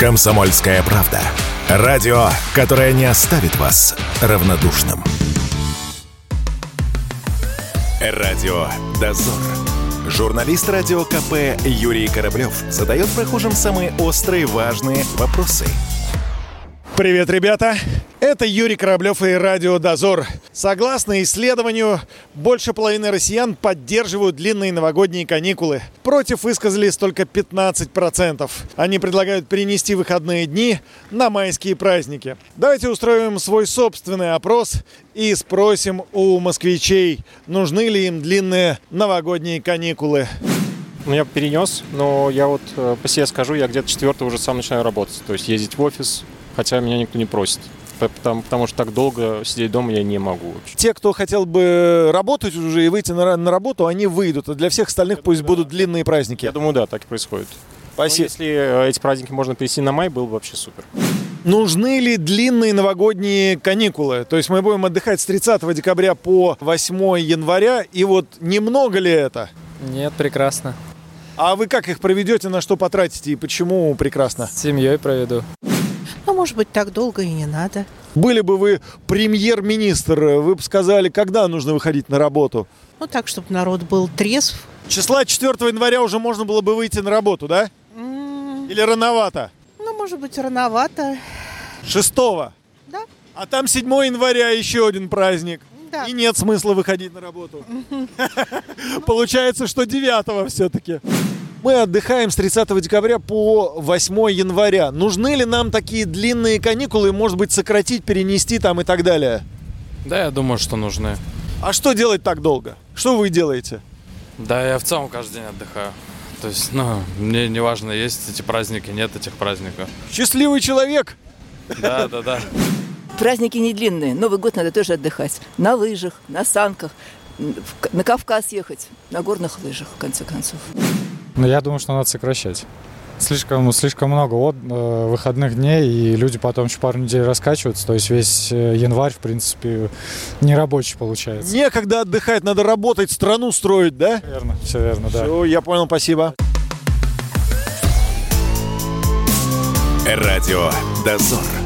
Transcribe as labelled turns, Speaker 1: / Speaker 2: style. Speaker 1: «Комсомольская правда». Радио, которое не оставит вас равнодушным. Радио «Дозор». Журналист радио КП Юрий Кораблев задает прохожим самые острые важные вопросы.
Speaker 2: Привет, ребята! Это Юрий Кораблев и Радио Дозор. Согласно исследованию, больше половины россиян поддерживают длинные новогодние каникулы. Против высказались только 15%. Они предлагают перенести выходные дни на майские праздники. Давайте устроим свой собственный опрос и спросим у москвичей, нужны ли им длинные новогодние каникулы.
Speaker 3: Ну, я перенес, но я вот э, по себе скажу, я где-то 4 уже сам начинаю работать. То есть ездить в офис, хотя меня никто не просит. П- Потому, потому что так долго сидеть дома я не могу вообще.
Speaker 2: Те, кто хотел бы работать уже и выйти на, ра- на работу, они выйдут. А для всех остальных пусть будут длинные праздники.
Speaker 3: Я думаю, да, так и происходит.
Speaker 2: Спаси-
Speaker 3: Ну, если э, эти праздники можно перенести на май, было бы вообще супер.
Speaker 2: Нужны ли длинные новогодние каникулы? То есть мы будем отдыхать с 30 декабря по 8 января, и вот немного ли это?
Speaker 4: Нет, прекрасно.
Speaker 2: А вы как их проведете, на что потратите и почему прекрасно?
Speaker 4: С семьей проведу.
Speaker 5: Ну, может быть, так долго и не надо.
Speaker 2: Были бы вы премьер-министр, вы бы сказали, когда нужно выходить на работу?
Speaker 5: Ну, так, чтобы народ был трезв.
Speaker 2: Числа 4 января уже можно было бы выйти на работу, да?
Speaker 5: М,
Speaker 2: Или рановато?
Speaker 5: Ну, может быть, рановато.
Speaker 2: 6
Speaker 5: Да.
Speaker 2: А там 7 января еще один праздник.
Speaker 5: Да.
Speaker 2: И нет смысла выходить на работу. Получается, что 9 все-таки. Мы отдыхаем с 30 декабря по 8 января. Нужны ли нам такие длинные каникулы, может быть, сократить, перенести там и так далее?
Speaker 6: Да, я думаю, что нужны.
Speaker 2: А что делать так долго? Что вы делаете?
Speaker 6: Да, я в целом каждый день отдыхаю. То есть, ну, мне не важно, есть эти праздники, нет этих праздников.
Speaker 2: Счастливый человек!
Speaker 6: Да, да, да.
Speaker 7: Праздники не длинные. Новый год надо тоже отдыхать. На лыжах, на санках, м, в К- на Кавказ ехать, на горных лыжах, в конце концов.
Speaker 8: Но я думаю, что надо сокращать. Слишком, слишком много от, э, выходных дней, и люди потом еще пару недель раскачиваются. То есть весь э, январь, в принципе, нерабочий получается.
Speaker 2: Некогда отдыхать, надо работать, страну строить, да?
Speaker 8: Все верно, все верно, да.
Speaker 2: Всё, Ну, я понял, спасибо.
Speaker 1: Радио «Дозор».